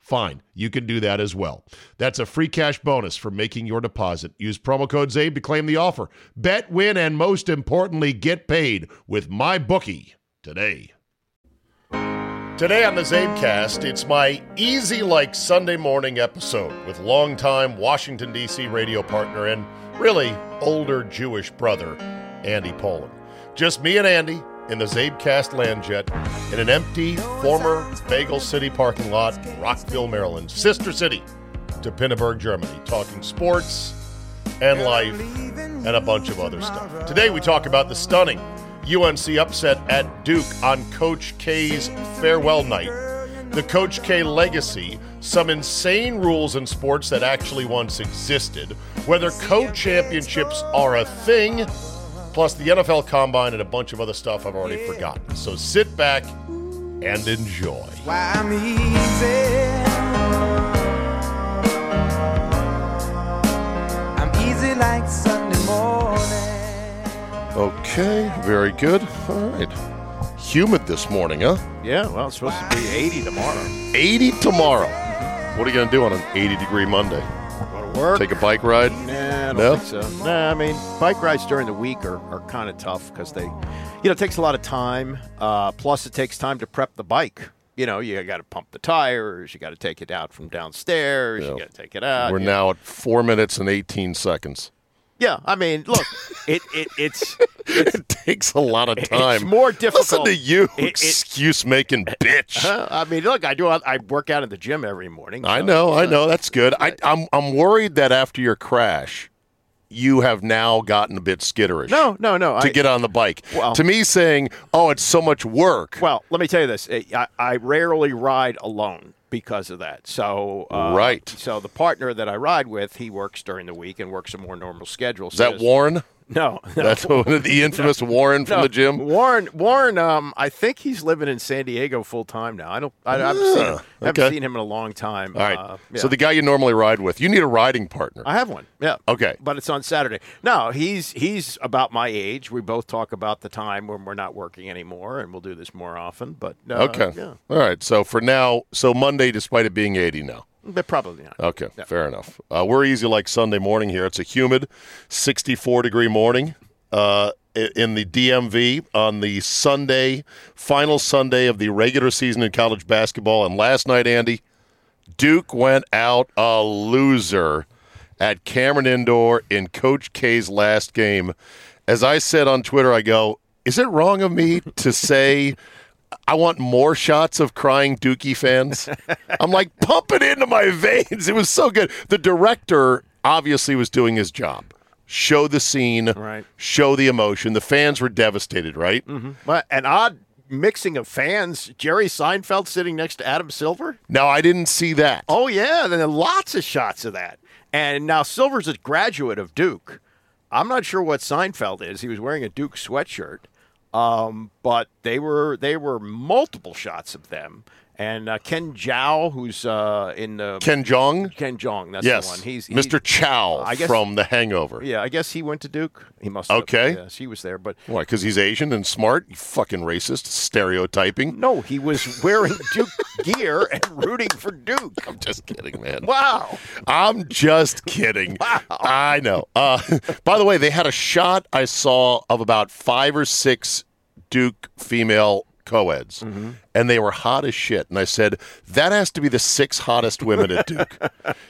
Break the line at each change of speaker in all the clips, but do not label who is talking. fine. You can do that as well. That's a free cash bonus for making your deposit. Use promo code ZABE to claim the offer. Bet, win, and most importantly, get paid with my bookie today. Today on the Zabecast, it's my easy like Sunday morning episode with longtime Washington, D.C. radio partner and really older Jewish brother, Andy Poland. Just me and Andy in the Zabecast land jet in an empty former Bagel City parking lot, Rockville, Maryland, sister city to Pinneberg, Germany, talking sports and life and a bunch of other stuff. Today we talk about the stunning UNC upset at Duke on Coach K's farewell night, the Coach K legacy, some insane rules in sports that actually once existed, whether co championships are a thing, plus the NFL combine and a bunch of other stuff I've already forgotten. So sit back and enjoy.
Why I'm easy. I'm easy like Sunday morning.
Okay, very good. All right. Humid this morning, huh?
Yeah, well, it's supposed to be 80 tomorrow.
80 tomorrow. What are you going to do on an 80 degree Monday?
Go to work.
Take a bike ride?
nah, I don't
No?
think so. Nah, I mean, bike rides during the week are, are kind of tough because they, you know, it takes a lot of time. Uh, plus, it takes time to prep the bike. You know, you got to pump the tires. You got to take it out from downstairs. You
Yeah.
got to take it out.
We're
you-
now at four minutes and 18 seconds.
Yeah, I mean, look, it, it it's
It takes a lot of time.
more
Listen
difficult.
to you,
It- it-
excuse making bitch.
Huh? uh, I mean, look, I do. I work out at the gym every morning.
I
so-
know, I know. That's good. I, I'm I'm worried that after your crash, you have now gotten a bit skitterish.
No, no, no.
to
I,
get on the bike.
Well-
to me, saying, "Oh, it's so much work."
Well, let me tell you this: I, I rarely ride alone because of that. So uh,
Right.
So the partner that I ride with, he works during the week and works a more normal schedule.
Is that Warren?
No, no,
That's the infamous Warren from
no.
the gym.
Warren, Warren. Um, I think he's living in San Diego full time now. I don't. I, I've seen him. I haven't
Ah, okay.
seen him in a long time.
All right.
Uh, yeah.
So the guy you normally ride with, you need a riding partner.
I have one. Yeah.
Okay.
But it's on Saturday. No, he's he's about my age. We both talk about the time when we're not working anymore, and we'll do this more often. But uh,
okay.
yeah,
All right. So for now, so Monday, despite it being 80 now.
but probably not.
Okay, fair enough. Uh, we're easy like Sunday morning here. It's a humid, 64 degree morning uh, i- in the DMV on the Sunday, final Sunday of the regular season in college basketball. And last night, Andy, Duke went out a loser at Cameron Indoor in Coach K's last game. As I said on Twitter, I go, is it wrong of me to say I want more shots of crying Dookie fans? I'm like, pump it into my veins. It was so good. The director obviously was doing his job. Show the scene,
Right. Mm-hmm.
show the emotion. The fans were devastated, right?
But an odd mixing of fans. Jerry Seinfeld sitting next to Adam Silver.
Now, I didn't see that.
Oh yeah, then there are lots of shots of that. And now Silver's a graduate of Duke. I'm not sure what Seinfeld is. He was wearing a Duke sweatshirt. Um, but They were they were multiple shots of them. And uh, Ken Zhao, who's uh, in the
Ken Jong?
Ken Jong, that's the
Yes.
one. He's he-
Mr. Chow
I guess-
from The Hangover.
Yeah, I guess he went to Duke. He must. have.
Okay.
Yes, he was there, but
Why? Because he's Asian and smart? You fucking racist. Stereotyping.
no, he was wearing Duke gear and rooting for Duke.
I'm just kidding, man.
Wow.
I'm just kidding. I know. Uh, by the way, they had a shot I saw of about five or six Duke female co-eds, and they were hot as shit. And I said, that has to be the six hottest women at Duke.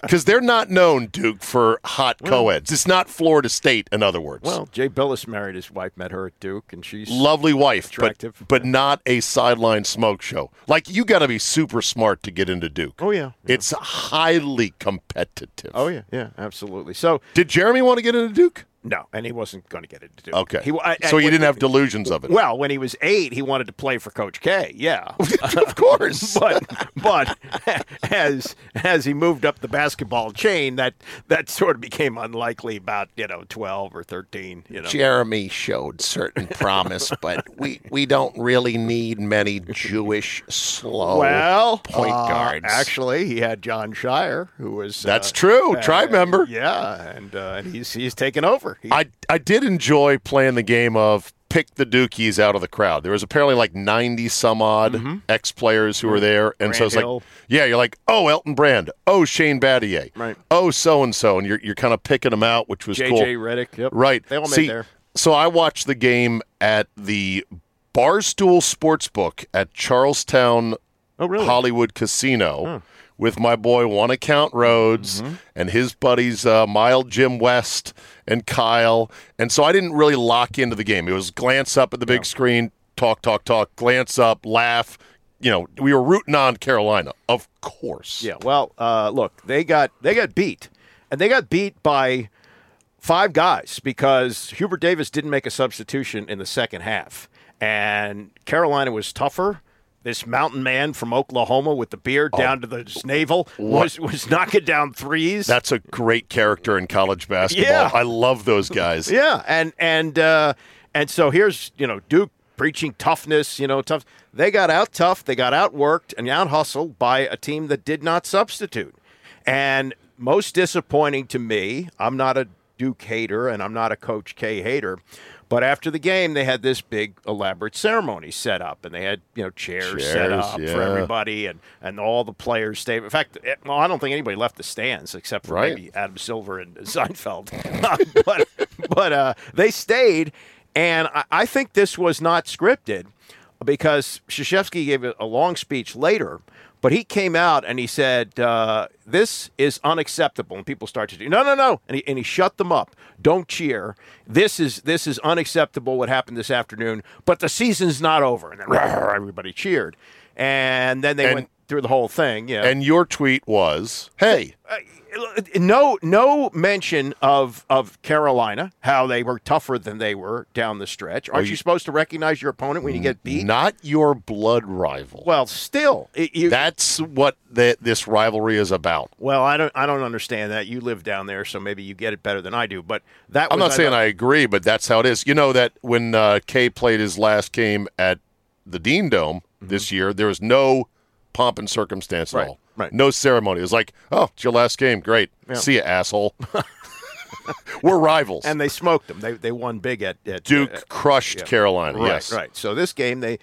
Because they're not known, Duke, for hot co-eds. It's not Florida State, in other words.
Well, Jay Billis married his wife, met her at Duke, and she's
Lovely wife, but,
Attractive.
but not a sideline smoke show. Like, you got to be super smart to get into Duke.
Oh, yeah.
It's highly competitive.
Oh yeah, yeah, absolutely. So
Did Jeremy want to get into Duke?
no, and he wasn't going to get it to Duke.
Okay.
He, I- I-
so you
when-
didn't have delusions of it.
Well, when he was eight, he wanted to play for Coach K. Yeah.
of course.
but but as as he moved up the basketball chain, that that sort of became unlikely about you know twelve or thirteen. You know,
Jeremy showed certain promise, but we, we don't really need many Jewish slow
well,
point
uh,
guards.
Actually, he had John Shire, who was uh,
That's true. Tribe member.
Yeah, and uh, and he's he's taken over. He-
I, I did enjoy playing the game of pick the Dookies out of the crowd. There was apparently like 90 some odd ex players who were there. And so
Grant
it's like,
Mm-hmm. Hill.
yeah, you're like, oh, Elton Brand. Oh, Shane Battier.
Right.
Oh, so and so. And you're, you're kind of picking them out, which was
JJ
cool.
Reddick. Yep.
Right.
They all made
See,
there.
So I watched the game at the Barstool Sportsbook at Charlestown
Oh really? Hmm.
Hollywood Casino with my boy One Account Rhodes
Mm-hmm.
and his buddies uh, Mild Jim West and Kyle. And so I didn't really lock into the game. It was glance up at the big screen, talk, talk, talk, glance up, laugh. You know, we were rooting on Carolina, of course.
Yeah. Well, uh, look, they got they got beat, and they got beat by five guys because Hubert Davis didn't make a substitution in the second half, and Carolina was tougher. This mountain man from Oklahoma with the beard
Oh.
down to the his navel was, was knocking down threes.
That's a great character in college basketball.
Yeah.
I love those guys.
Yeah, and and uh, and so here's you know Duke preaching toughness. You know, tough. They got out tough. They got outworked and out hustled by a team that did not substitute. And most disappointing to me, I'm not a Duke hater and I'm not a Coach K hater. But after the game, they had this big elaborate ceremony set up, and they had you know chairs, set
Chairs,
up
yeah.
for everybody, and, and all the players stayed. In fact, it, well, I don't think anybody left the stands except for
Right.
maybe Adam Silver and Seinfeld. Um, but but uh, they stayed, and I, I think this was not scripted because Shashevsky gave a, a long speech later, but he came out and he said, uh, This is unacceptable. And people start to do, No, no, no. And he, and he shut them up. Don't cheer. This is this is unacceptable what happened this afternoon, but the season's not over. And then "Rah," everybody cheered. And then they
And-
went through the whole thing. Yeah.
And your tweet was, hey,
Uh, no no mention of of Carolina, how they were tougher than they were down the stretch. Aren't you, supposed to recognize your opponent when you get beat?
not your blood rival.
Well, still, it, you,
That's what the, this rivalry is about.
well, I don't I don't understand that. You live down there, so maybe you get it better than I do. But that
I'm
was,
not saying I agree, but that's how it is. You know that when uh, Kay played his last game at the Dean Dome this year, there was no pomp and circumstance
Mm-hmm. Right,
at all.
right.
No ceremony. It was like, oh, it's your last game. Great. See you, asshole. We're rivals.
and they smoked them. They they won big at, at
Duke
uh,
crushed Carolina.
Right,
yes.
right. So this game they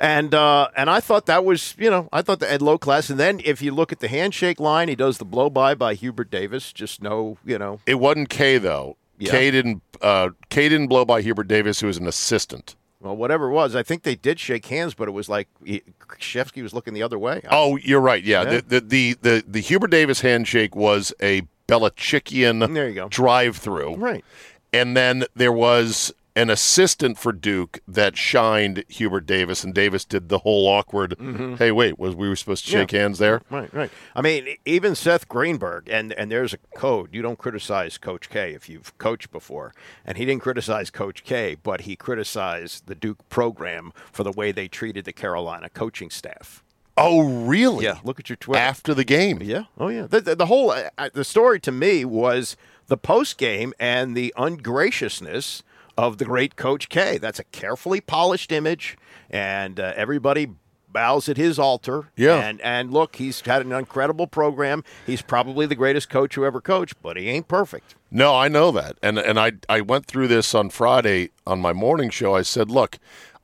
and uh and I thought that was, you know, I thought that at low class and then if you look at the handshake line, he does the blow by by Hubert Davis, just no, you know,
It wasn't Kay though.
Yeah.
Kay didn't. Uh, Kay didn't blow by Hubert Davis, who was an assistant.
Well, whatever it was, I think they did shake hands, but it was like he- Krzyzewski was looking the other way.
Oh, you're right. Yeah,
Yeah.
The, the the the the Hubert Davis handshake was a Belichickian
There you go.
drive-through,
Right.
and then there was an assistant for Duke that shined Hubert Davis, and Davis did the whole awkward.
Mm-hmm.
Hey, wait, was we were supposed to shake hands there?
Right, right. I mean, even Seth Greenberg, and, and there's a code. You don't criticize Coach K if you've coached before. And he didn't criticize Coach K, but he criticized the Duke program for the way they treated the Carolina coaching staff.
Oh, really?
Yeah, look at your Twitter.
After the game,
Yeah. Oh, yeah. The, the, the whole uh, uh, the story to me was the post game and the ungraciousness of the great Coach K. That's a carefully polished image, and uh, everybody bows at his altar.
Yeah.
And and look, he's had an incredible program. He's probably the greatest coach who ever coached, but he ain't perfect.
No, I know that. And and I I went through this on Friday on my morning show. I said, "Look,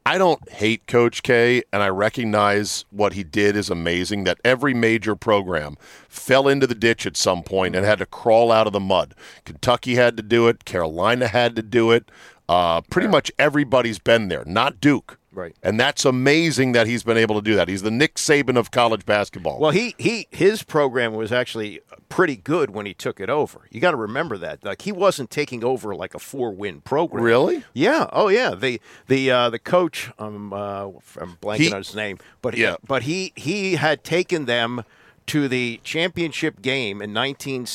I don't hate Coach K and I recognize what he did is amazing that every major program fell into the ditch at some point and had to crawl out of the mud. Kentucky had to do it, Carolina had to do it. Uh, pretty much everybody's been there, not Duke.
Right.
And that's amazing that he's been able to do that. He's the Nick Saban of college basketball.
Well, he he his program was actually pretty good when he took it over. You got to remember that. Like he wasn't taking over like a four win program.
Really?
Yeah. Oh yeah. The the uh, the coach. I'm uh, I'm blanking
He-
on his name, but
Yeah.
But he he had taken them to the championship game in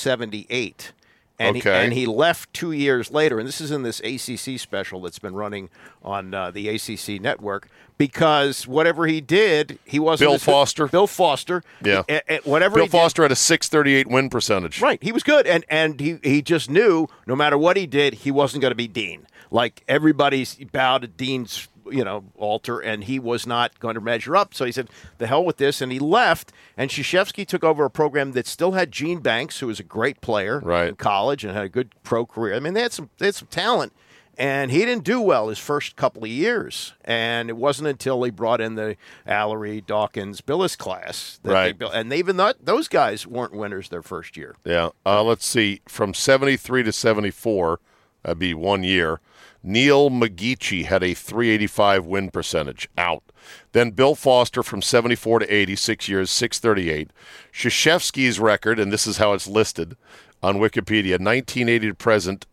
1978. And, he,
Okay.
and he left two years later, and this is in this ACC special that's been running on uh, the ACC network because whatever he did, he wasn't
Bill
as good-
Foster.
Bill Foster,
Yeah.
a- a- whatever
Bill
he did-
Foster had a 638 win percentage.
Right. He was good. And, and he, he just knew no matter what he did, he wasn't going to be Dean. Like everybody's bowed at Dean's, you know, altar, and he was not going to measure up. So he said, the hell with this. And he left. And Shashevsky took over a program that still had Gene Banks, who was a great player
Right.
in college and had a good pro career. I mean, they had some, they had some talent. And he didn't do well his first couple of years. And it wasn't until he brought in the Allery, Dawkins, Billis class that they
Right.
built. And even that, those guys weren't winners their first year.
Yeah. Uh, let's see. From 73 to 74, that'd be one year, Neil McGeechee had a 385 win percentage out. Then Bill Foster from 74 to 86 years, 638. Shashevsky's record, and this is how it's listed on Wikipedia 1980 to present,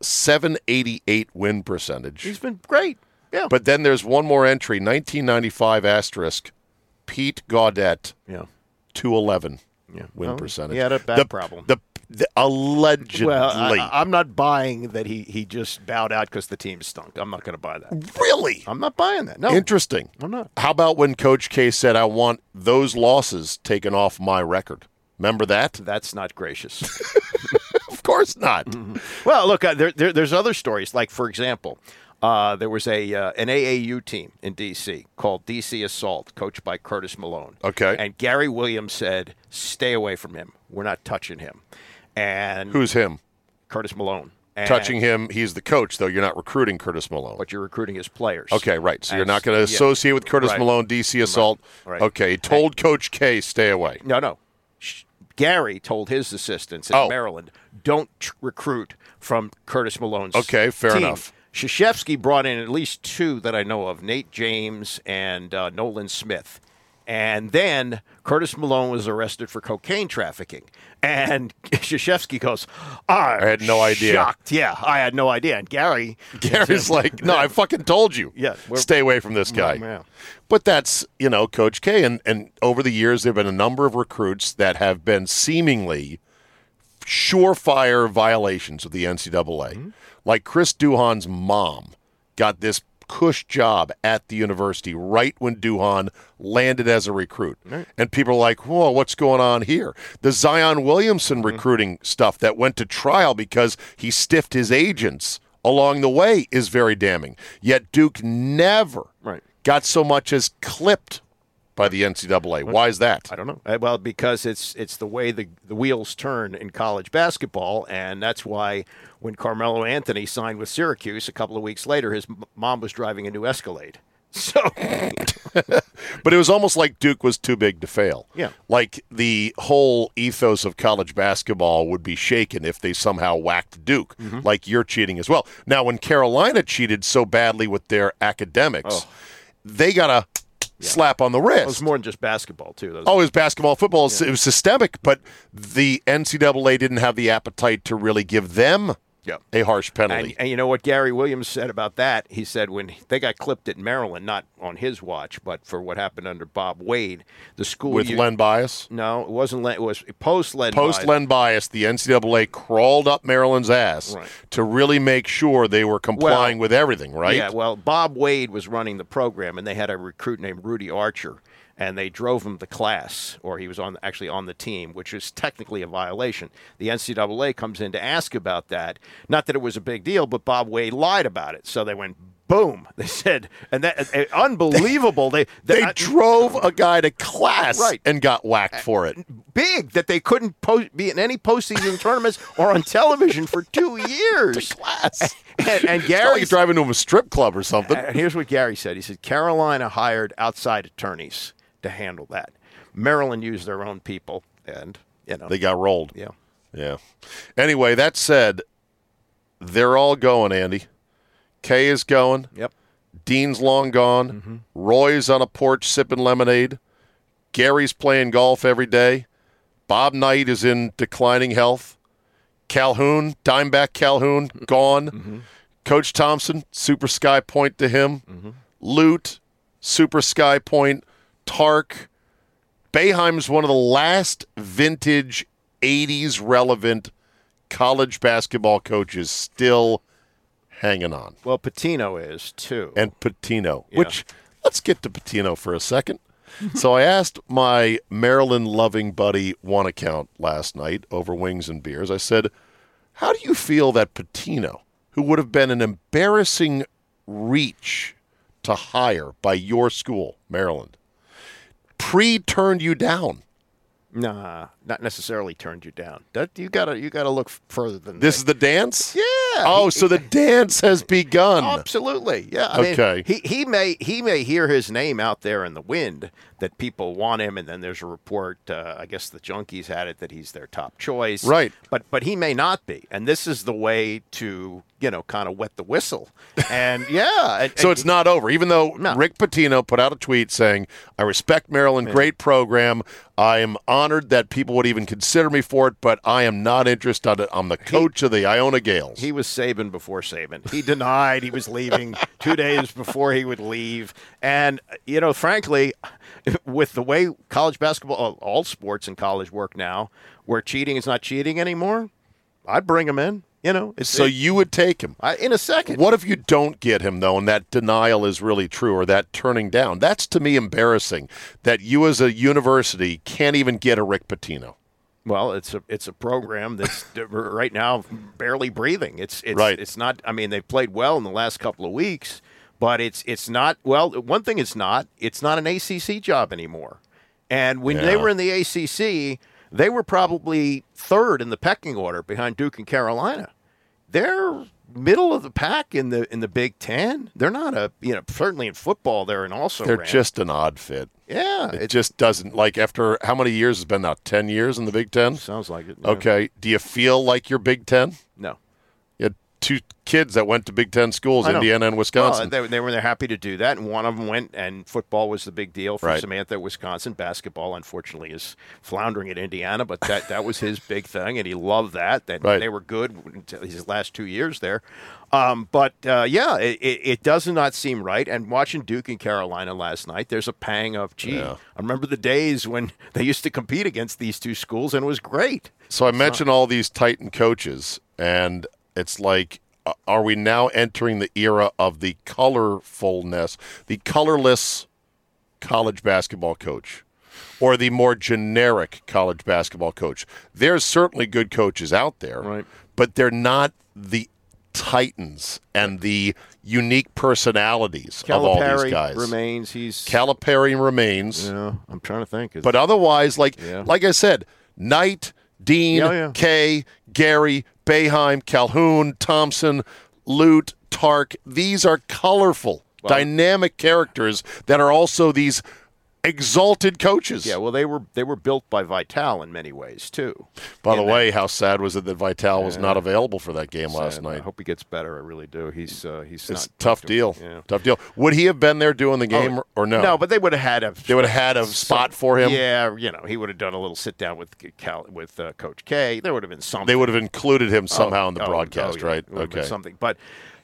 788 win percentage.
He's been great. Yeah.
But then there's one more entry 1995 asterisk, Pete Gaudette.
yeah.
211
Yeah.
win
Well,
percentage.
he had a bad
the,
problem.
The, the- allegedly.
Well, I, am not buying that he, he just bowed out because the team stunk. I'm not going to buy that.
really?
I'm not buying that. No.
Interesting.
I'm not.
How about when Coach K said, I want those losses taken off my record? Remember that?
That's not gracious.
Of course not.
well, look, uh, there, there, there's other stories. Like, for example, uh, there was a uh, an AAU team in D.C. called D.C. Assault, coached by Curtis Malone.
Okay.
And Gary Williams said, stay away from him. We're not touching him. And
Who's him?
Curtis Malone. And,
Touching him. He's the coach, though. You're not recruiting Curtis Malone.
But you're recruiting his players.
Okay, right. So you're
And-
not going to
yeah.
associate with Curtis
Right.
Malone, DC Assault.
Right.
Okay. He told Coach K, stay away.
No, no. Sh- Gary told his assistants in
Oh.
Maryland, "Don't tr- recruit from Curtis Malone's."
Okay, fair
team."
enough.
Shashevsky brought in at least two that I know of: Nate James and uh, Nolan Smith. And then Curtis Malone was arrested for cocaine trafficking. And Shashevsky goes, I,
had no idea."
Shocked. Yeah, I had no idea. And Gary,
Gary's like, no, I fucking told you.
Yeah, we're-
stay away from this guy.
yeah.
But that's you know Coach K, and and over the years there've been a number of recruits that have been seemingly surefire violations of the NCAA, like Chris Duhan's mom got this cush job at the university right when Duhan landed as a recruit. And people are like, whoa, what's going on here? The Zion Williamson recruiting stuff that went to trial because he stiffed his agents along the way is very damning. Yet Duke never
Right.
got so much as clipped by the NCAA. Why is that?
I don't know. Uh, Well, because it's it's the way the, the wheels turn in college basketball, and that's why when Carmelo Anthony signed with Syracuse a couple of weeks later, his m- mom was driving a new Escalade. So
But it was almost like Duke was too big to fail.
Yeah.
Like the whole ethos of college basketball would be shaken if they somehow whacked Duke.
Mm-hmm.
Like you're cheating as well. Now, when Carolina cheated so badly with their academics, they got a slap on the
it Oh. was
wrist.
more than just basketball too. Those-
Oh, it was basketball, football. It was systemic, but the NCAA didn't have the appetite to really give them
Yep.
a harsh penalty.
And, and you know what Gary Williams said about that? He said when they got clipped at Maryland, not on his watch, but for what happened under Bob Wade, the school
with
u-
Len Bias.
No, it wasn't Len. It was post Len.
post Len bias, the NCAA crawled up Maryland's ass
Right.
to really make sure they were complying
Well,
with everything, right?
Yeah, well, Bob Wade was running the program, and they had a recruit named Rudy Archer, and they drove him to class, or he was on actually on the team, which is technically a violation. The NCAA comes in to ask about that, Not that it was a big deal, but Bob Wade lied about it. So they went boom. They said, and that uh, unbelievable. They uh,
They
I-
drove a guy to class
Right.
and got whacked for it.
big that they couldn't po- be in any postseason tournaments or on television for two years.
Class. It's
And, and
not like
Gary
you're driving to a strip club or something.
And Uh, here's what Gary said. He said Carolina hired outside attorneys to handle that. Maryland used their own people, and you know,
They got rolled.
yeah,
Yeah. Anyway, that said, they're all going, Andy. Kay is going.
yep.
Dean's long gone. Roy's on a porch sipping lemonade. Gary's playing golf every day. Bob Knight is in declining health. Calhoun, Dimeback Calhoun, gone. Coach Thompson, super sky point to him. Lute, super sky point. Tark. Bayheim's one of the last vintage 80s relevant college basketball coaches still hanging on
Well, Patino is too.
and Patino, which let's get to Patino for a second. so I asked my Maryland loving buddy one account last night over wings and beers. I said, "How do you feel that Patino, who would have been an embarrassing reach to hire by your school, Maryland, pre turned you down?"
nah, not necessarily turned you down. That you gotta you gotta look further than
This
that.
is the dance.
Yeah.
Oh, so the dance has begun.
Absolutely, yeah. I mean,
Okay.
he he may he may hear his name out there in the wind that people want him, and then there's a report. Uh, I guess the junkies had it that he's their top choice,
Right.
But but he may not be, and this is the way to you know kind of wet the whistle. And yeah, and-
So
and-
it's not over, even though
No.
Rick Patino put out a tweet saying, "I respect Maryland, great program. I am honored that people would even consider me for it, but I am not interested. in it. I'm the coach of the Iona Gales."
He was Saban before Saban. He denied he was leaving two days before he would leave. And, you know, frankly, with the way college basketball, all- all sports in college work now, where cheating is not cheating anymore, I'd bring him in. You know, it's,
so
it-
you would take him.
I, in a second.
What if you don't get him though, and that denial is really true, or that turning down? That's to me embarrassing. That you as a university can't even get a Rick Patino.
Well, it's a it's a program that's right now barely breathing. It's it's
Right.
it's not. I mean, they've played well in the last couple of weeks, but it's it's not. Well, one thing it's not. It's not an ACC job anymore. And when they
Yeah.
were in the ACC, they were probably third in the pecking order behind Duke and Carolina. They're middle of the pack in the in the Big Ten. They're not a you know certainly in football they're an also
They're just an odd fit.
yeah.
It
It
just doesn't like after how many years has been now? Ten years in the Big Ten.
sounds like it. yeah.
Okay. Do you feel like you're Big Ten?
No.
You had two kids that went to Big Ten schools,
I know.
Indiana and Wisconsin.
Well, they, they were they're happy to do that, and one of them went, and football was the big deal for
Right.
Samantha. Wisconsin basketball, unfortunately, is floundering at Indiana, but that, that was his big thing, and he loved that. That
Right.
they were good until his last two years there. Um, but uh, yeah, it, it, it does not seem right. And watching Duke and Carolina last night, there's a pang of gee.
Yeah.
I remember the days when they used to compete against these two schools, and it was great.
so I mentioned all these Titan coaches, and it's like, uh, are we now entering the era of the colorfulness, the colorless college basketball coach, or the more generic college basketball coach? There's certainly good coaches out there,
Right.
but they're not the titans and the unique personalities of all
Calipari
these guys.
remains. He's.
Calipari remains.
you know, I'm trying to think. Is-
But otherwise, like
Yeah.
like I said, Knight, Dean,
Yeah, yeah.
Kay, Gary, Bayheim, Calhoun, Thompson, Lute, Tark. These are colorful, dynamic characters that are also these exalted coaches.
Yeah, well, they were they were built by Vital in many ways too.
By the
And that-
way, how sad was it that Vital was not available for that game last
and uh, I
night?
hope he gets better. I really do. He's uh, he's
It's a
not
tough deal.
Yeah. Oh,
Tough deal. Would he have been there doing the game or- or no?
No, but they would have had a
they would have had a spot for him.
Yeah, you know, he would have done a little sit down with Cal with uh, Coach K. There would have been something.
They would have included him somehow in the
Oh,
broadcast,
oh, yeah.
right?
It would have been Something, but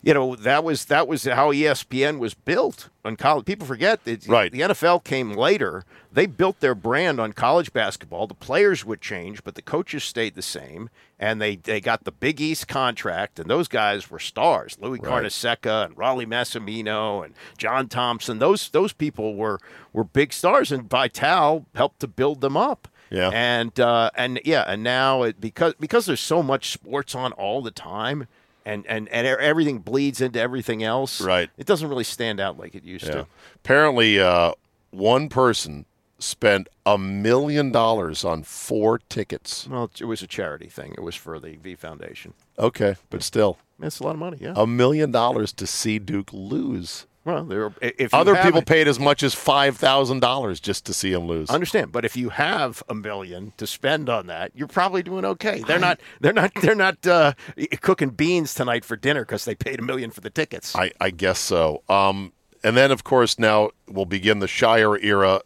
you know that was that was how E ESPN was built on college. People forget that
Right.
The NFL came later. They built their brand on college basketball. The players would change, but the coaches stayed the same. And they they got the Big East contract, and those guys were stars. Louis Carnesecca and Raleigh Massimino and John Thompson. Those those people were were big stars, and Vital helped to build them up.
Yeah.
And uh, and yeah, and now it, because because there's so much sports on all the time, and and and e- everything bleeds into everything else.
Right.
It doesn't really stand out like it used
Yeah.
to.
Apparently, uh, one person spent a million dollars on four tickets.
Well, it was a charity thing. It was for the V Foundation.
Okay, but still,
That's a lot of money. Yeah.
a million dollars to see Duke lose.
well, there. Are, i- if you
Other
have
people
it-
paid as much as five thousand dollars just to see him lose.
understand, but if you have a million to spend on that, you're probably doing okay. They're not. They're not. They're not uh, cooking beans tonight for dinner because they paid a million for the tickets.
I, I guess so. Um, and then, of course, now we'll begin the Shire era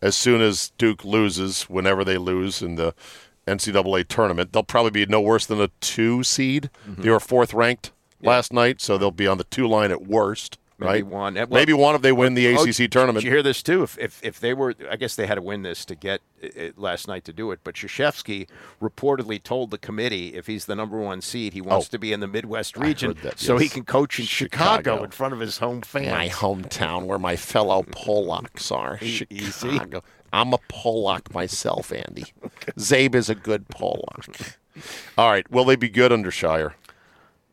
as soon as Duke loses, whenever they lose in the NCAA tournament. They'll probably be no worse than a two seed.
Mm-hmm.
They were fourth ranked last night, so they'll be on the two line at worst,
Maybe
right?
one. Eh, well-
Maybe one if they win the
Oh,
ACC tournament.
Did you hear this too? If, if if they were, I guess they had to win this to get it, it last night to do it. But Krzyzewski reportedly told the committee if he's the number one seed, he wants
Oh.
to be in the Midwest region
heard that,
so he
yes.
can coach in Chicago.
Chicago.
in front of his home fans.
my hometown where my fellow Polacks are.
E easy.
Chicago. I'm a Polak myself, Andy. Zabe is a good Polak. All right. Will they be good under Shire?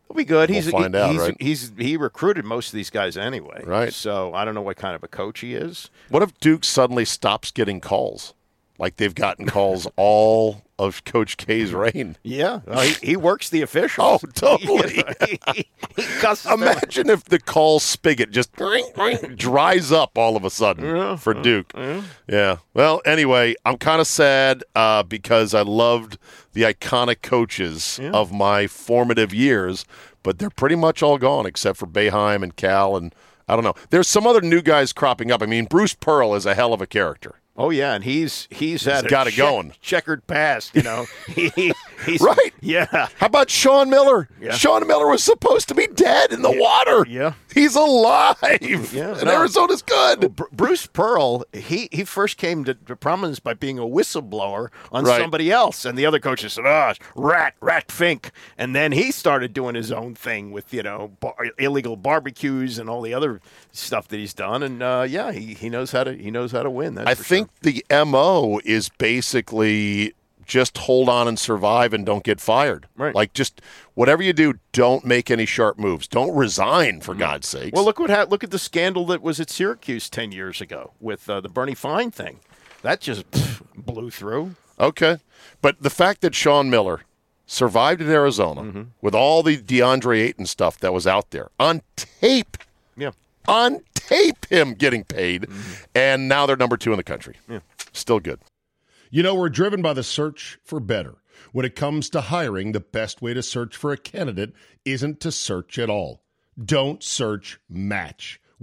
He'll be good. He's,
We'll find
he,
out,
he's,
right?
he's he recruited most of these guys anyway.
Right.
So I don't know what kind of a coach he is.
What if Duke suddenly stops getting calls? Like they've gotten calls all of Coach K's reign.
Yeah. Uh, he, he works the officials.
Oh, totally.
he, he, he cusses them out.
Imagine if the call spigot just dries up all of a sudden for Duke. Yeah. Well, anyway, I'm kind of sad uh, because I loved the iconic coaches of my formative years, but they're pretty much all gone except for Bayheim and Cal and I don't know. There's some other new guys cropping up. I mean, Bruce Pearl is a hell of a character.
Oh yeah, and he's he's had a
got it
check-
going.
checkered past, you know. he, he- he's,
Right.
Yeah.
How about Sean Miller?
Yeah.
Sean Miller was supposed to be dead in the water.
Yeah.
He's alive.
Yeah,
and
no. Oh,
Arizona's good.
Br- Bruce Pearl, he, he first came to, to prominence by being a whistleblower on
Right.
somebody else, and the other coaches said, "Ah, rat, rat, fink," and then he started doing his own thing with you know bar- illegal barbecues and all the other stuff that he's done, and uh, yeah, he, he knows how to he knows how to win. That's
I
for
think the MO is basically just hold on and survive and don't get fired.
Right.
Like just whatever you do, don't make any sharp moves. Don't resign for God's sake.
Mm-hmm. Well, look what ha- look at the scandal that was at Syracuse ten years ago with uh, the Bernie Fine thing. That just pff, blew through.
Okay. But the fact that Sean Miller survived in Arizona
Mm-hmm.
with all the DeAndre Ayton stuff that was out there on tape.
Yeah.
on tape him getting paid, and now they're number two in the country. Still good.
You know, we're driven by the search for better. When it comes to hiring, the best way to search for a candidate isn't to search at all. Don't search match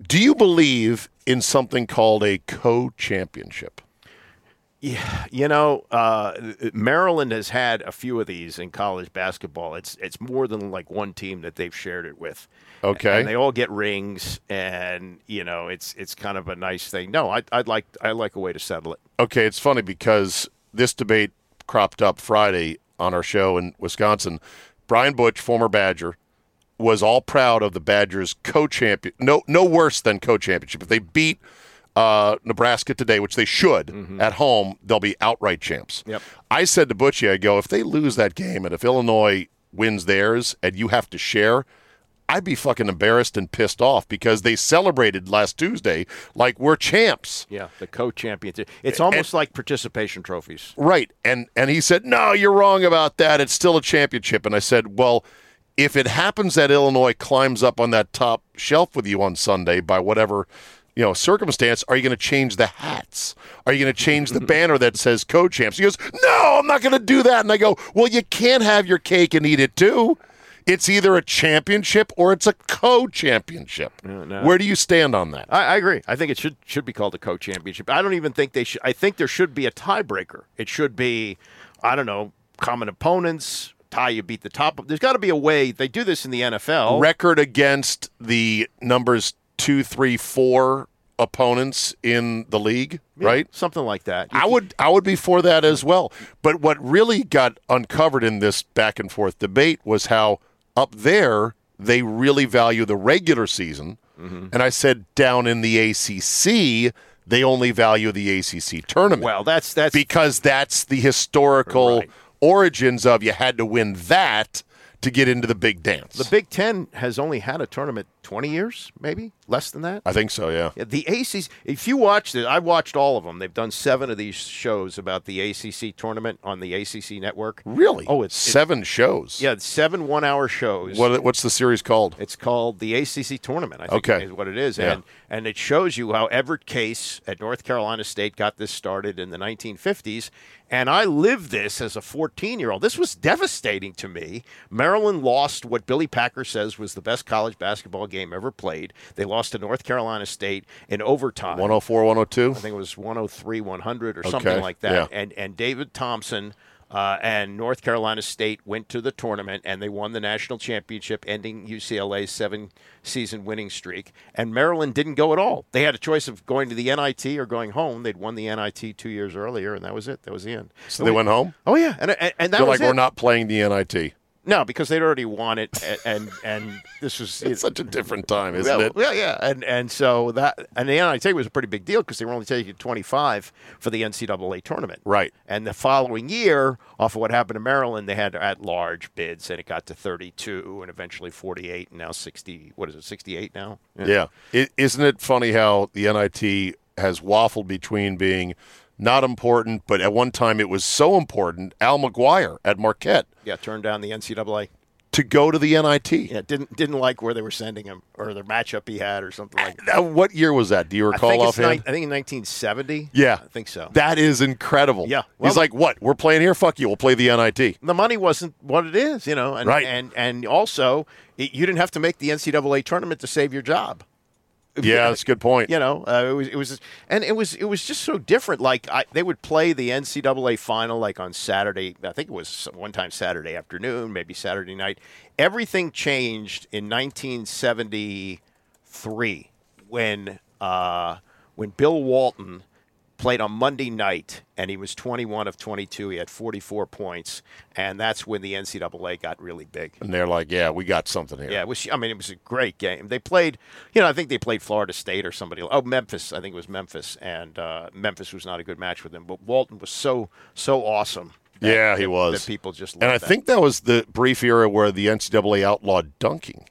Do you believe in something called a co championship?
Yeah, you know, uh, Maryland has had a few of these in college basketball. It's it's more than like one team that they've shared it with.
Okay.
and they all get rings, and you know, it's it's kind of a nice thing. No, I, I'd like I like a way to settle it.
Okay, it's funny because this debate cropped up Friday on our show in Wisconsin. Brian Butch, former Badger, was all proud of the Badgers co-champion. No, no worse than co-championship. If they beat uh, Nebraska today, which they should at home, they'll be outright champs.
Yep.
I said to Butchie, I go, if they lose that game and if Illinois wins theirs and you have to share, I'd be fucking embarrassed and pissed off because they celebrated last Tuesday like we're champs.
Yeah, the co-championship. It's almost like participation trophies.
Right. And and he said, "No, you're wrong about that. It's still a championship." And I said, "Well, if it happens that Illinois climbs up on that top shelf with you on Sunday by whatever, you know, circumstance, are you going to change the hats? Are you going to change the banner that says co-champs?" He goes, "No, I'm not going to do that." And I go, "Well, you can't have your cake and eat it too." It's either a championship or it's a co-championship.
no.
Where do you stand on that?
I, I agree. I think it should should be called a co-championship. I don't even think they should. I think there should be a tiebreaker. It should be, I don't know, common opponents tie. You beat the top. There's got to be a way. They do this in the NFL.
record against the numbers two, three, four opponents in the league, right?
Something like that.
I would I would be for that as well. But what really got uncovered in this back and forth debate was how up there they really value the regular season,
Mm-hmm.
and I said down in the ACC they only value the ACC tournament
well, that's that's
because that's the historical
Right.
origins of you had to win that to get into the big dance.
the Big Ten has only had a tournament 20 years, maybe less than that.
I think so, yeah.
Yeah, The ACC. If you watch this, I watched all of them. They've done seven of these shows about the ACC tournament on the ACC network.
Really?
Oh, it's- it's-
seven shows.
Yeah, seven one-hour shows.
What what's the series called?
It's called the ACC tournament. I think
Okay.
is what it is,
Yeah.
and and it shows you how Everett Case at North Carolina State got this started in the 1950s. And I lived this as a 14 year old. This was devastating to me. Maryland lost what Billy Packer says was the best college basketball game ever played. They lost to North Carolina State in overtime.
104, 102.
I think it was 103, 100, or something
Okay,
like that.
yeah.
And and David Thompson uh, and North Carolina State went to the tournament and they won the national championship, ending UCLA's seven season winning streak. And Maryland didn't go at all. They had a choice of going to the NIT or going home. They'd won the NIT two years earlier, and that was it. That was the end.
So they went home.
Oh yeah, and and, and that
They're
was
like,
it.
we're not playing the NIT.
no, because they'd already won it, a- and and this was
It's such a different time, isn't
yeah,
it?
Yeah, yeah, and and so that and the NIT was a pretty big deal because they were only taking 25 for the NCAA tournament,
Right.
And the following year, off of what happened to Maryland, they had at large bids, and it got to 32, and eventually 48, and now 60. What is it? 68 now?
Yeah. is isn't it funny how the NIT has waffled between being not important, but at one time it was so important. Al McGuire at Marquette
Yeah, turned down the NCAA.
to go to the NIT.
Yeah, didn't didn't like where they were sending him or the matchup he had or something like. that.
Now, what year was that? Do you
I
recall
think, it's ni- I
offhand?
think in 1970.
yeah.
I think so.
That is incredible.
Yeah. Well-
He's like, what? We're playing here? Fuck you. We'll play the NIT.
the money wasn't what it is, you know, and
Right.
and and also it, you didn't have to make the NCAA tournament to save your job.
Yeah, that's a good point.
You know, uh, it was it was and it was it was just so different. Like I, they would play the NCAA final like on Saturday. I think it was one time Saturday afternoon, maybe Saturday night. Everything changed in 1973 when uh, when Bill Walton played on Monday night, and he was 21 of 22. He had 44 points, and that's when the NCAA got really big.
And they're like, yeah, we got something here.
Yeah, it was, I mean, it was a great game. They played, you know, I think they played Florida State or somebody. Oh, Memphis, I think it was Memphis, and uh, Memphis was not a good match with them. But Walton was so so awesome. that-
Yeah, he
that-
was.
That people just
and
loved
I
that.
think that was the brief era where the NCAA outlawed dunking.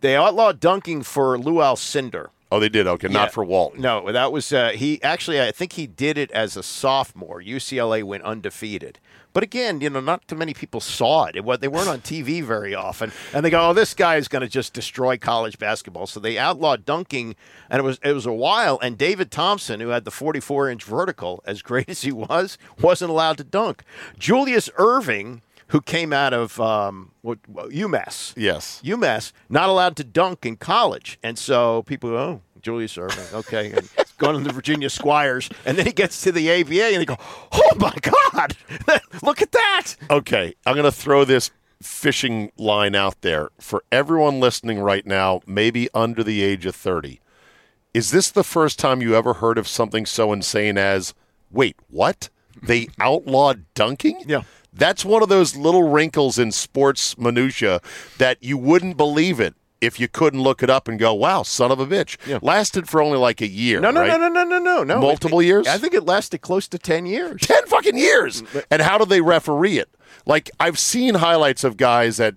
they outlawed dunking for Lou Alcindor.
Oh, they did. Okay, not
Yeah.
for Walton.
No, that was uh, he. Actually, I think he did it as a sophomore. UCLA went undefeated, but again, you know, not too many people saw it. it wa- they weren't on TV very often, and they go, "Oh, this guy is going to just destroy college basketball." So they outlawed dunking, and it was it was a while. And David Thompson, who had the 44 inch vertical, as great as he was, wasn't allowed to dunk. Julius Irving. Who came out of um, what, UMass?
Yes.
UMass not allowed to dunk in college, and so people go, "Oh, Julius Irving, okay." And he's going to the Virginia Squires, and then he gets to the AVA, and they go, "Oh my God, look at that!"
Okay, I'm going to throw this fishing line out there for everyone listening right now, maybe under the age of 30. Is this the first time you ever heard of something so insane as, wait, what? They outlawed dunking?
Yeah.
That's one of those little wrinkles in sports minutia that you wouldn't believe it if you couldn't look it up and go, wow, son of a bitch.
Yeah.
Lasted for only like a year.
No, no,
right?
no, no, no, no, no, no.
Multiple
It-
years?
I think it lasted close to ten years.
10 fucking
Mm,
years. And how do they referee it? Like, I've seen highlights of guys that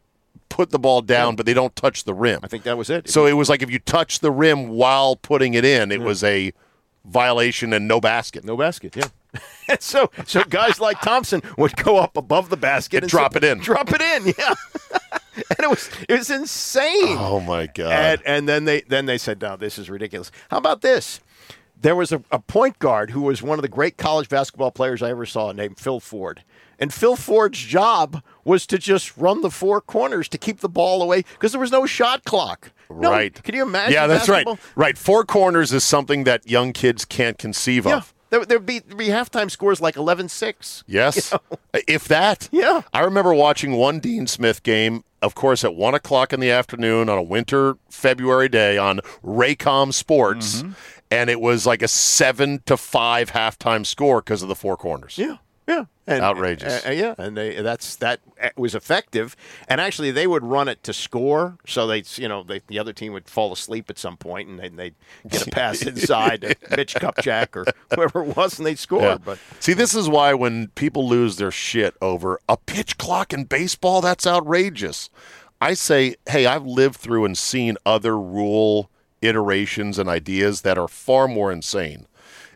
put the ball down, but they don't touch the rim.
I think that was it.
so it was like if you touch the rim while putting it in, it was a violation and no basket.
no basket. Yeah. And so, so guys like Thompson would go up above the basket
And drop
sit-
it in.
Drop it in. Yeah. and it was it was insane.
Oh, my God.
and, and then they then they said, "No, this is ridiculous." How about this? There was a, a point guard who was one of the great college basketball players I ever saw, named Phil Ford. And Phil Ford's job was to just run the four corners to keep the ball away because there was no shot clock. No,
right.
Can you imagine?
Yeah, that's
basketball?
right. Right. Four corners is something that young kids can't conceive
Yeah.
of.
There, there'd be, there'd be halftime scores like 11 6.
Yes. Uh, If that.
Yeah.
I remember watching one Dean Smith game, of course, at one o'clock in the afternoon on a winter February day on Raycom Sports. And it was like a seven to five halftime score because of the four corners.
Yeah, yeah, and,
Outrageous.
uh, uh, yeah, and they, that's that uh, was effective. And actually, they would run it to score, so they you know they, the other team would fall asleep at some point, and they'd, they'd get a pass inside to Mitch Kupchak or whoever it was, and they'd score.
Yeah.
But
See, this is why when people lose their shit over a pitch clock in baseball, that's outrageous. I say, hey, I've lived through and seen other rule iterations and ideas that are far more insane.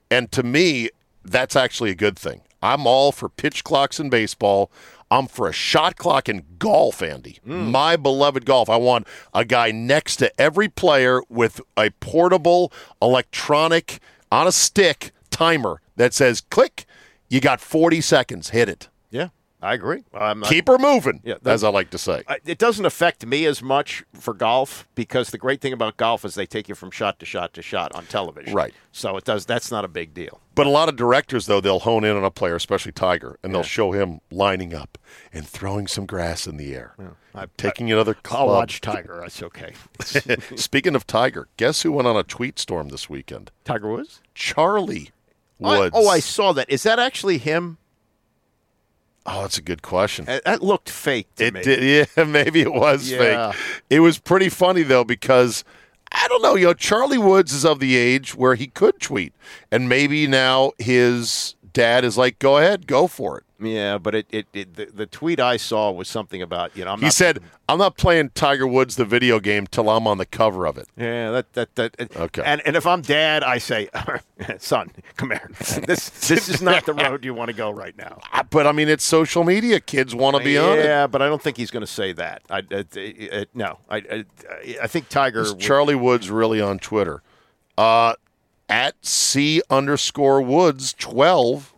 And to me, that's actually a good thing. I'm all for pitch clocks in baseball. I'm for a shot clock in golf, Andy. My beloved golf. I want a guy next to every player with a portable electronic on a stick timer that says click, you got 40 seconds, hit it.
yeah, I agree. I'm not,
Keep her moving,
Yeah, that-
as I like to say.
I- it doesn't affect me as much for golf because the great thing about golf is they take you from shot to shot to shot on television.
Right.
So it does. That's not a big deal.
But a lot of directors, though, they'll hone in on a player, especially Tiger, and they'll show him lining up and throwing some grass in the air, taking another
I'll
club.
watch Tiger. That's okay.
Speaking of Tiger, guess who went on a tweet storm this weekend?
Tiger Woods.
Charlie
I-
Woods.
oh, I saw that. Is that actually him?
Oh, that's a good question.
Uh, That looked fake to
It
me.
did, yeah. Maybe it was
Yeah.
fake. It was pretty funny though because I don't know. You know, Charlie Woods is of the age where he could tweet, and maybe now his dad is like, "Go ahead, go for it."
Yeah, but it, it, it the, the tweet I saw was something about you know. I'm
He
not,
said, "I'm not playing Tiger Woods the video game till I'm on the cover of it."
Yeah, that that that. it-
Okay.
And and if I'm dad, I say, son, come here. This this is not the road you want to go right now.
I- But I mean, it's social media. Kids want to be on it.
yeah, but I don't think he's going to say that. I, I, I- I- no, I, I I think Tiger.
Is
would-
Charlie Woods really on Twitter? Uh, at C underscore Woods 12.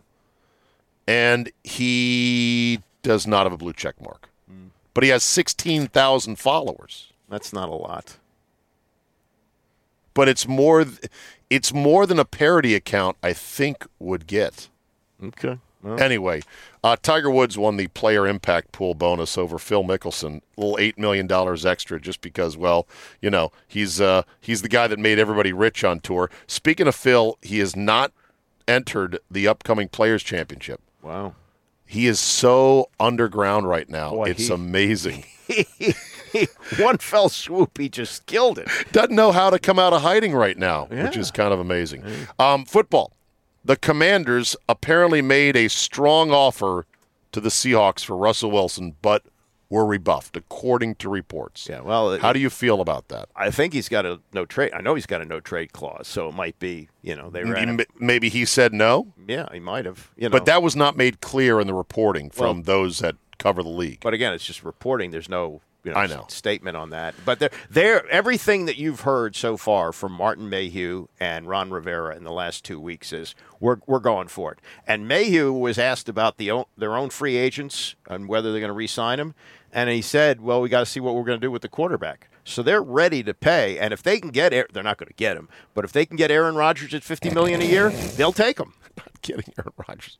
And he does not have a blue check mark, but he has 16,000 followers.
that's not a lot.
But it's more, th- it's more than a parody account, I think, would get.
Okay. Well,
Anyway, uh, Tiger Woods won the player impact pool bonus over Phil Mickelson, little eight million dollars extra, just because. Well, you know, he's uh, he's the guy that made everybody rich on tour. Speaking of Phil, he is not entered the upcoming Players Championship.
Wow.
He is so underground right now.
Boy,
it's
he-
amazing.
One fell swoop, he just killed it.
Doesn't know how to come out of hiding right now, which is kind of amazing. Um, football. The Commanders apparently made a strong offer to the Seahawks for Russell Wilson, but were rebuffed, according to reports.
Yeah, well, it-
how do you feel about that?
I think he's got a no trade. I know he's got a no trade clause, so it might be, you know, they ran. him.
M- Maybe he said no,
Yeah, he might have. You know,
but that was not made clear in the reporting from
Well-
those that cover the league.
But again, it's just reporting. There's no you know,
I know.
s- statement on that. But there, there, everything that you've heard so far from Martin Mayhew and Ron Rivera in the last two weeks is we're we're going for it. And Mayhew was asked about the own, their own free agents and whether they're going to re-sign him, and he said, "Well, we got to see what we're going to do with the quarterback." So they're ready to pay, and if they can get, Aar- they're not going to get him. But if they can get Aaron Rodgers at fifty million a year, they'll take him.
not kidding, Aaron Rodgers.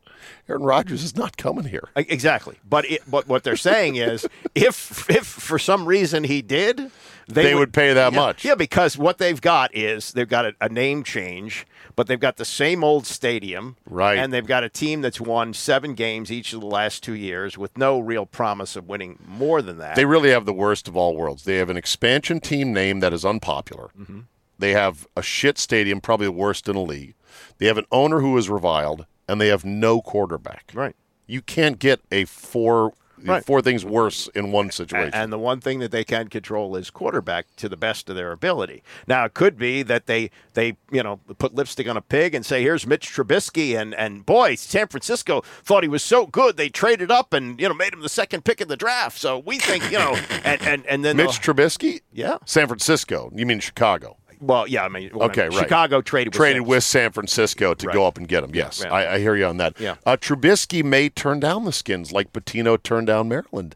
Aaron Rodgers is not coming here.
E- Exactly, but it, but what they're saying is, if if for some reason he did, they,
They would pay that
Yeah,
much.
Yeah, because what they've got is they've got a, a name change, but they've got the same old stadium,
Right.
And they've got a team that's won seven games each of the last two years with no real promise of winning more than that.
They really have the worst of all worlds. They have an expansion team name that is unpopular.
Mm-hmm.
They have a shit stadium, probably the worst in the league. They have an owner who is reviled, and they have no quarterback.
Right.
You can't get a four
Right.
four things worse in one situation.
A- And the one thing that they can control is quarterback to the best of their ability. Now it could be that they they you know put lipstick on a pig and say here's Mitch Trubisky and and boy San Francisco thought he was so good they traded up and you know made him the second pick in the draft. So we think you know and and and then
Mitch Trubisky,
Yeah.
San Francisco. You mean Chicago?
well yeah I mean well,
Okay, right.
Chicago traded with
Traded
San-
with San Francisco to
Right.
go up and get him. Yes,
Yeah.
I, I hear you on that.
Yeah.
Uh, Trubisky may turn down the skins like Patino turned down Maryland.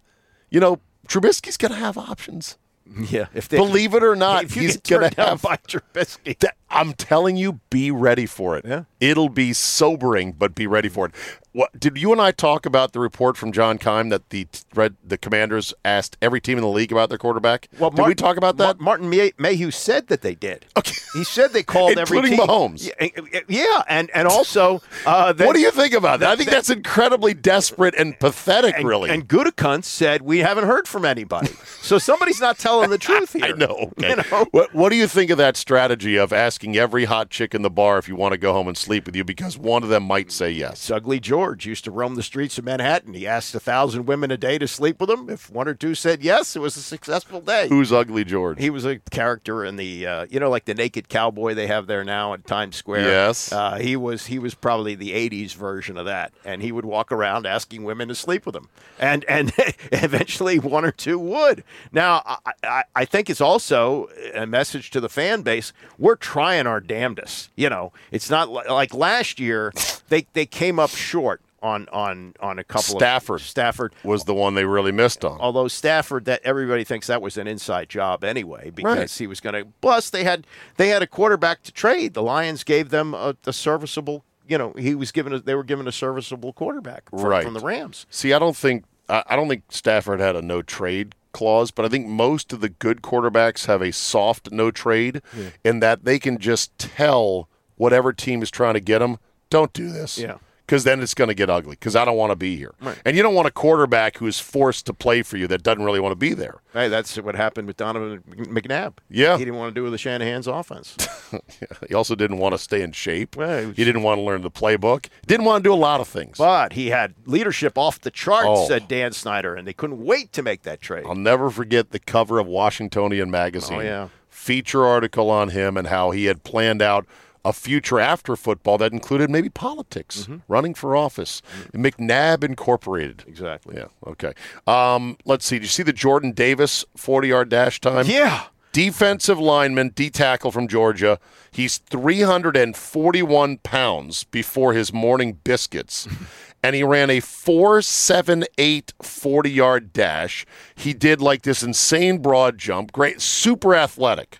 You know, Trubisky's going to have options.
yeah if they
Believe it or not,
if you
he's
get turned
going to
down
have.
by Trubisky
Th- I'm telling you, be ready for it.
Yeah.
It'll be sobering, but be ready for it. What did you and I talk about the report from John Kime that the t- red the Commanders asked every team in the league about their quarterback? did we
Martin-
talk about that?
Ma- Martin May- Mayhew said that they did.
Okay.
He said they called every
Including
team.
Mahomes.
Yeah, yeah, and and also uh, that,
what do you think about that? I think
that-
that's incredibly desperate and pathetic,
and,
really.
And Gutekunst said we haven't heard from anybody, so somebody's not telling the truth here.
I know. Okay.
You know.
What What do you think of that strategy of asking every hot chick in the bar if you want to go home and sleep with you because one of them might say yes?
Ugly George used to roam the streets of Manhattan. He asked a thousand women a day to sleep with him. If one or two said yes, it was a successful day.
Who's ugly George?
He was a character in the, uh, you know, like the naked cowboy they have there now at Times Square.
Yes.
Uh, he was he was probably the '80s version of that, and he would walk around asking women to sleep with him, and and eventually one or two would. Now I, I, I think it's also a message to the fan base: we're trying our damnedest. You know, it's not li- like last year they they came up short. On, on on a couple
Stafford.
of Stafford
was the one they really missed on.
although Stafford, that everybody thinks that was an inside job anyway because
Right.
he was going to. Plus, they had they had a quarterback to trade. The Lions gave them a, a serviceable. You know, he was given. A, they were given a serviceable quarterback from,
Right.
from the Rams.
See, I don't think I, I don't think Stafford had a no trade clause, but I think most of the good quarterbacks have a soft no trade in that they can just tell whatever team is trying to get them, don't do this.
Yeah.
Because then it's going to get ugly. Because I don't want to be here, and you don't want a quarterback who is forced to play for you that doesn't really want to be there.
Hey, that's what happened with Donovan McNabb.
Yeah.
he didn't want to do with the Shanahan's offense.
He also didn't want to stay in shape.
Well, he was-
he didn't want to learn the playbook. Didn't want to do a lot of things.
but he had leadership off the charts,
Oh.
said Dan Snyder, and they couldn't wait to make that trade.
I'll never forget the cover of Washingtonian magazine.
Oh, yeah.
Feature article on him and how he had planned out a future after football that included maybe politics,
Mm-hmm.
running for office. McNabb Incorporated.
Exactly.
Yeah. Okay. Um, let's see. Did you see the Jordan Davis 40 yard dash time?
Yeah.
Defensive lineman, D tackle from Georgia. He's 341 pounds before his morning biscuits. and he ran a 478 40 yard dash. He did like this insane broad jump. Great. Super athletic.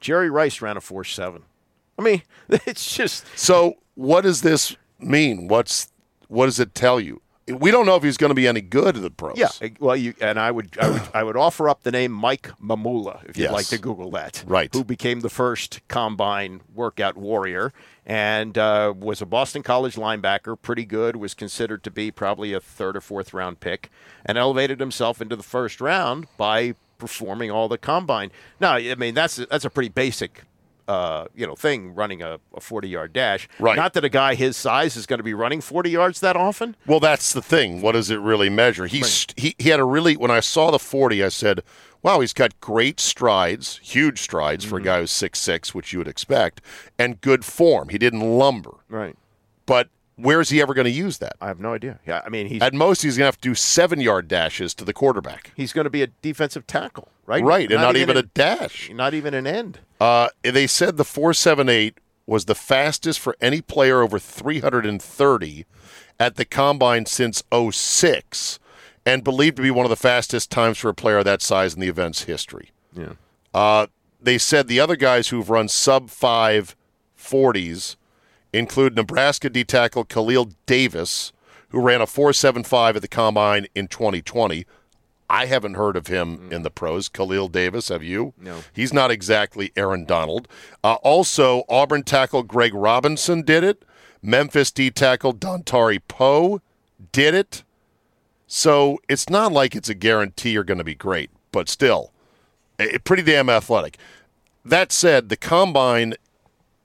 Jerry Rice ran a four seven. I mean, it's just
So, what does this mean? What's what does it tell you? we don't know if he's going to be any good at the pros.
Yeah, eh, well, you and I would, I would, I would offer up the name Mike Mamula if you'd
Yes.
like to Google that.
Right.
who became the first combine workout warrior and uh, was a Boston College linebacker, pretty good. Was considered to be probably a third or fourth round pick, and elevated himself into the first round by performing all the combine. Now, I mean, that's that's a pretty basic. Uh, you know, thing running a, a 40 yard dash.
Right.
Not that a guy his size is going to be running 40 yards that often.
Well, that's the thing. What does it really measure? He's he, he had a really when I saw the forty, I said, "Wow, he's got great strides, huge strides for a guy who's six six, which you would expect, and good form. He didn't lumber,
Right.
but where is he ever going to use that?
I have no idea. Yeah, I mean, he's
At most, he's going to have to do seven yard dashes to the quarterback,
he's going to be a defensive tackle, right?
right, and not, even, a dash.
a not even an end.
Uh, they said the four seven eight was the fastest for any player over three hundred and thirty at the combine since 06 and believed to be one of the fastest times for a player that size in the event's history.
Yeah.
Uh, they said the other guys who've run sub five 40s include Nebraska D tackle Khalil Davis, who ran a 4.75 at the combine in 2020. I haven't heard of him in the pros. Khalil Davis, have you?
No.
He's not exactly Aaron Donald. Uh, also, Auburn tackle Greg Robinson did it. Memphis D tackle Dontari Poe did it. So it's not like it's a guarantee you're going to be great, but still, eh, pretty damn athletic. That said, the combine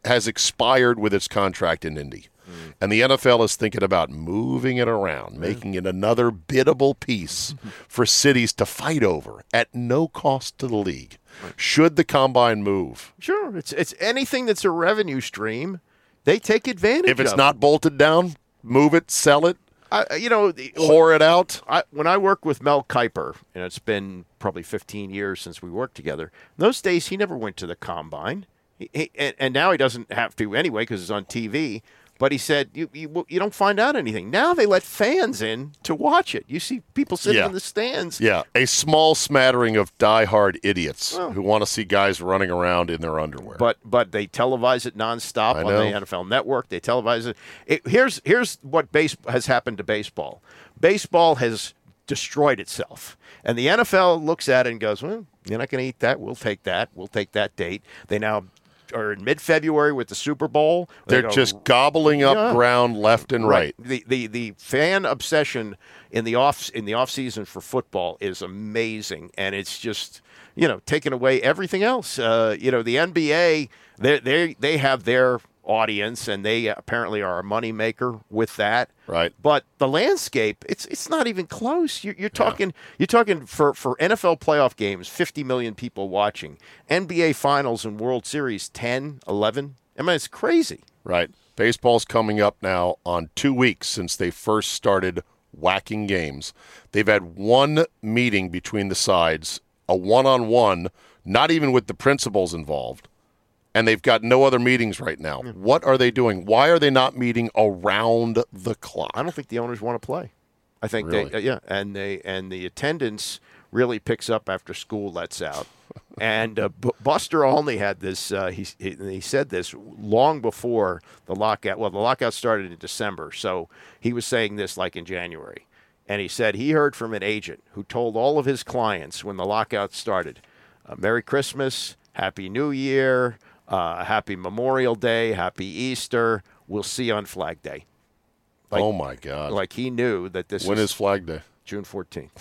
has expired with its contract in Indy.
Mm.
And the NFL is thinking about moving it around, making it another biddable piece for cities to fight over at no cost to the league. Should the combine move?
Sure, it's it's anything that's a revenue stream, they take advantage.
If it's
of.
not bolted down, move it, sell it,
I, you know, the,
whore it out.
I, when I work with Mel Kiper, and it's been probably 15 years since we worked together. Those days, he never went to the combine, he, he, and, and now he doesn't have to anyway because it's on TV. But he said you, you you don't find out anything. Now they let fans in to watch it. You see people sitting
Yeah.
in the stands.
Yeah, a small smattering of diehard idiots who want to see guys running around in their underwear.
But but they televise it nonstop
I
on
know.
the NFL Network. They televise it. it here's here's what base has happened to baseball. Baseball has destroyed itself, and the NFL looks at it and goes, "Well, you're not going to eat that. We'll take that. We'll take that date." They now are in mid-February with the Super Bowl. They
They're
go,
just gobbling up
Yeah.
ground left and right.
the, the the fan obsession in the off in the off season for football is amazing, and it's just you know taking away everything else. Uh, you know the NBA they they they have their audience, and they apparently are a moneymaker with that.
Right.
But the landscape it's it's not even close. You're, you're talking you're talking for for NFL playoff games, 50 million people watching. NBA Finals and World Series, 10, 11. I mean, it's crazy.
Right. Baseball's coming up now on two weeks since they first started whacking games. They've had one meeting between the sides, a one on one, not even with the principals involved. And they've got no other meetings right now.
Hmm.
What are they doing? Why are they not meeting around the clock?
I don't think the owners want to play. I think
Really?
they, uh, yeah, and they and the attendance really picks up after school lets out. and uh, B- Buster only had this. Uh, he he he said this long before the lockout. Well, the lockout started in December, so he was saying this like in January. And he said he heard from an agent who told all of his clients when the lockout started, uh, "Merry Christmas, Happy New Year, uh, Happy Memorial Day, Happy Easter. We'll see you on Flag Day."
oh, my God.
like he knew that this
when
is
is Flag Day?
June 14th.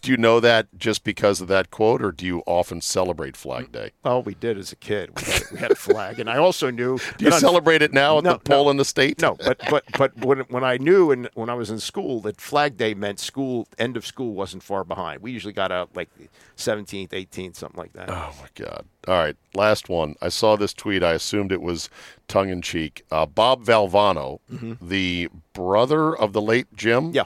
Do you know that just because of that quote, or do you often celebrate
Mm.
Flag Day?
All we did as a kid, we had, we had a flag, and I also knew.
Do you
that on-
celebrate it now at
No,
the poll
no.
in the state?
No, but but but when when I knew and when I was in school that Flag Day meant school end of school wasn't far behind. We usually got out like the 17th, 18th, something like that.
Oh my God! All right, last one. I saw this tweet. I assumed it was tongue in cheek. Uh, Bob Valvano, the brother of the late Jim,
Mm-hmm. yeah,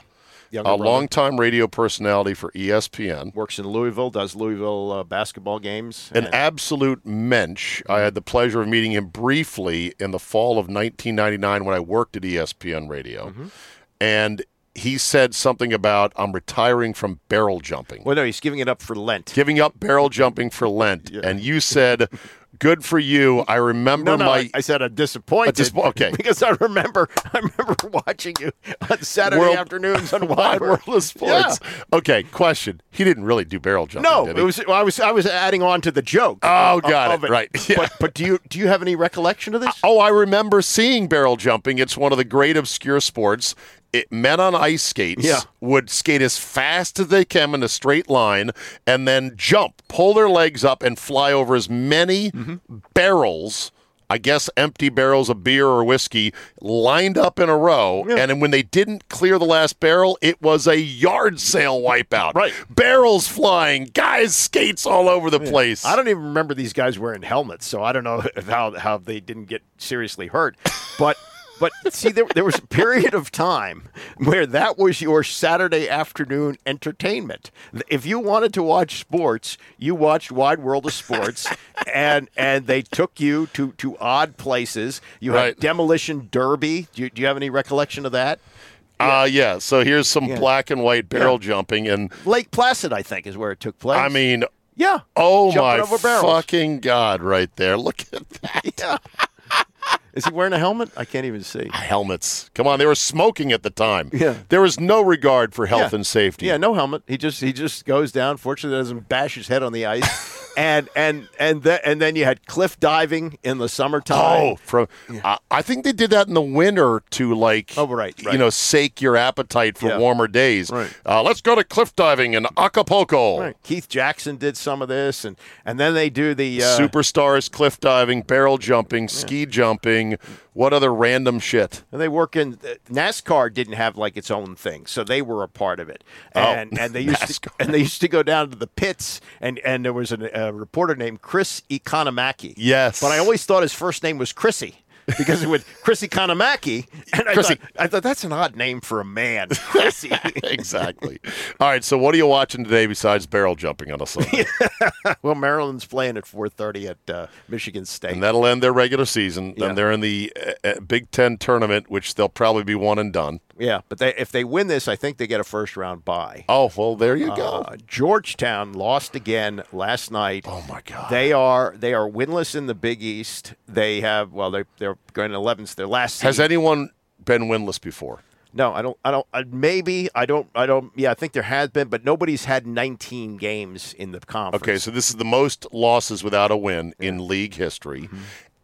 Younger
a
brother.
longtime radio personality for E ESPN,
works in Louisville, does Louisville uh, basketball games.
an
and-
absolute mensch. I had the pleasure of meeting him briefly in the fall of 1999 when I worked at E ESPN Radio,
Mm-hmm.
and he said something about I'm retiring from barrel jumping.
well, no, he's giving it up for Lent.
giving up barrel jumping for Lent. And you said, Good for you. I remember
No, no,
my
I, I said I'm disappointed.
A dis- okay.
because I remember, I remember watching you on Saturday
World-
afternoons on
Wide
Wide
World of Sports. Okay, question. He didn't really do barrel jumping.
No,
did
it
he?
was. I was. I was adding on to the joke.
Oh,
of-
got
of
it. Right. Yeah.
But, but do you do you have any recollection of this?
Oh, I remember seeing barrel jumping. It's one of the great obscure sports. It, men on ice skates
Yeah.
would skate as fast as they can in a straight line and then jump, pull their legs up, and fly over as many
Mm-hmm.
barrels. I guess empty barrels of beer or whiskey lined up in a row. And then when they didn't clear the last barrel, it was a yard sale wipeout.
Right.
Barrels flying, guys' skates all over the place.
I don't even remember these guys wearing helmets, so I don't know if how how they didn't get seriously hurt. But but see, there there was a period of time where that was your Saturday afternoon entertainment. If you wanted to watch sports, you watched Wide World of Sports, and and they took you to to odd places. You had
Right.
demolition derby. Do you, do you have any recollection of that?
Uh, yeah. So here's some black and white barrel jumping. And
Lake Placid, I think, is where it took place.
I mean,
yeah.
oh
Jumping
my
over barrels.
fucking God, right there. Look at that.
Is he wearing a helmet? I can't even see.
Helmets. Come on. They were smoking at the time.
Yeah.
There was no regard for health
Yeah.
and safety.
Yeah, no helmet. He just he just goes down. Fortunately, doesn't bash his head on the ice. and and and then and then you had cliff diving in the summertime.
Oh, from I I think they did that in the winter to like,
Oh, right,
you
right.
know, sake your appetite for
Yeah.
warmer days.
Right.
Uh, let's go to cliff diving in Acapulco.
Right. Keith Jackson did some of this, and and then they do the uh,
Superstars, cliff diving, barrel jumping, ski jumping. What other random shit?
And they work in uh, NASCAR didn't have like its own thing, so they were a part of it.
Oh,
And and they used to, and they used to go down to the pits, and and there was an, a reporter named Chris Economaki.
Yes.
but I always thought his first name was Chrissy. Because it was Chris Economaki, and I
Chrissy.
thought, I thought that's an odd name for a man, Chrissy.
exactly. All right. So, what are you watching today besides barrel jumping on a Sunday?
well, Maryland's playing at 4:30 at uh, Michigan State.
and that'll end their regular season. Then
Yeah.
they're in the uh, uh, Big Ten tournament, which they'll probably be one and done.
yeah, but they, if they win this, I think they get a first round bye.
Oh well, there you go.
Uh, Georgetown lost again last night.
oh my God.
They are they are winless in the Big East. They have well they they're going 11th. Their last seed.
Has anyone been winless before?
no I don't I don't I, maybe I don't I don't yeah I think there has been but nobody's had 19 games in the conference.
Okay, so this is the most losses without a win in league history.
Mm-hmm.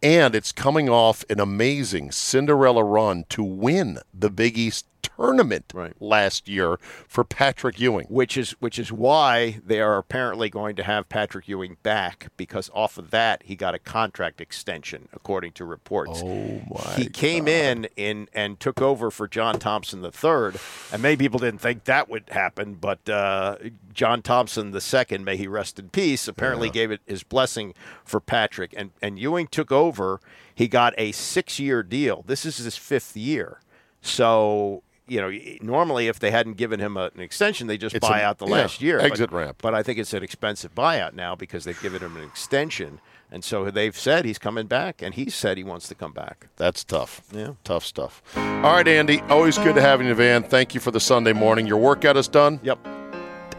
And it's coming off an amazing Cinderella run to win the Big East tournament
Right.
last year for Patrick Ewing.
Which is which is why they are apparently going to have Patrick Ewing back because off of that he got a contract extension according to reports. Oh my! He came in in and took over for John Thompson the third, and many people didn't think that would happen, but uh, John Thompson the second, may he rest in peace, apparently gave it his blessing for Patrick, and and Ewing took over. He got a six year deal. This is his fifth year, so. You know, normally if they hadn't given him a, an extension, they just
It's
buy
a-
out the
yeah,
last year.
exit
but,
ramp.
But I think it's an expensive buyout now because they've given him an extension. And so they've said he's coming back, and he said he wants to come back.
That's tough.
Yeah.
Tough stuff. All right, Andy. Always good to have you in the van. Thank you for the Sunday morning. Your workout is done.
Yep.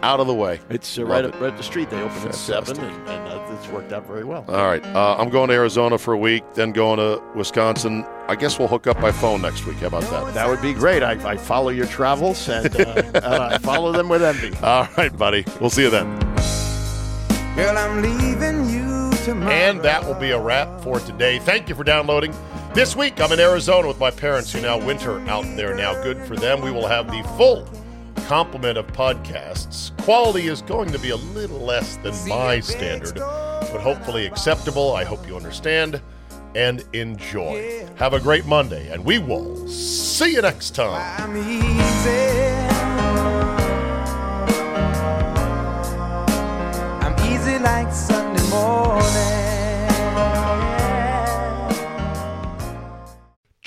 Out of the way.
It's uh,
Love
right,
it.
up, right up the street. They opened at 7,
Fantastic.
and, and uh, it's worked out very well.
All right. Uh, I'm going to Arizona for a week, then going to Wisconsin. I guess we'll hook up by phone next week. How about that?
That would be great. I, I follow your travels, and, uh, and I follow them with envy.
All right, buddy. We'll see you then.
Girl, I'm leaving you tomorrow.
And that will be a wrap for today. Thank you for downloading. This week, I'm in Arizona with my parents who now winter out there now. Good for them. We will have the full complement of podcasts. Quality is going to be a little less than my standard, but hopefully acceptable. I hope you understand and enjoy. Have a great Monday, and we will see you next time.
I'm easy. I'm easy like Sunday morning.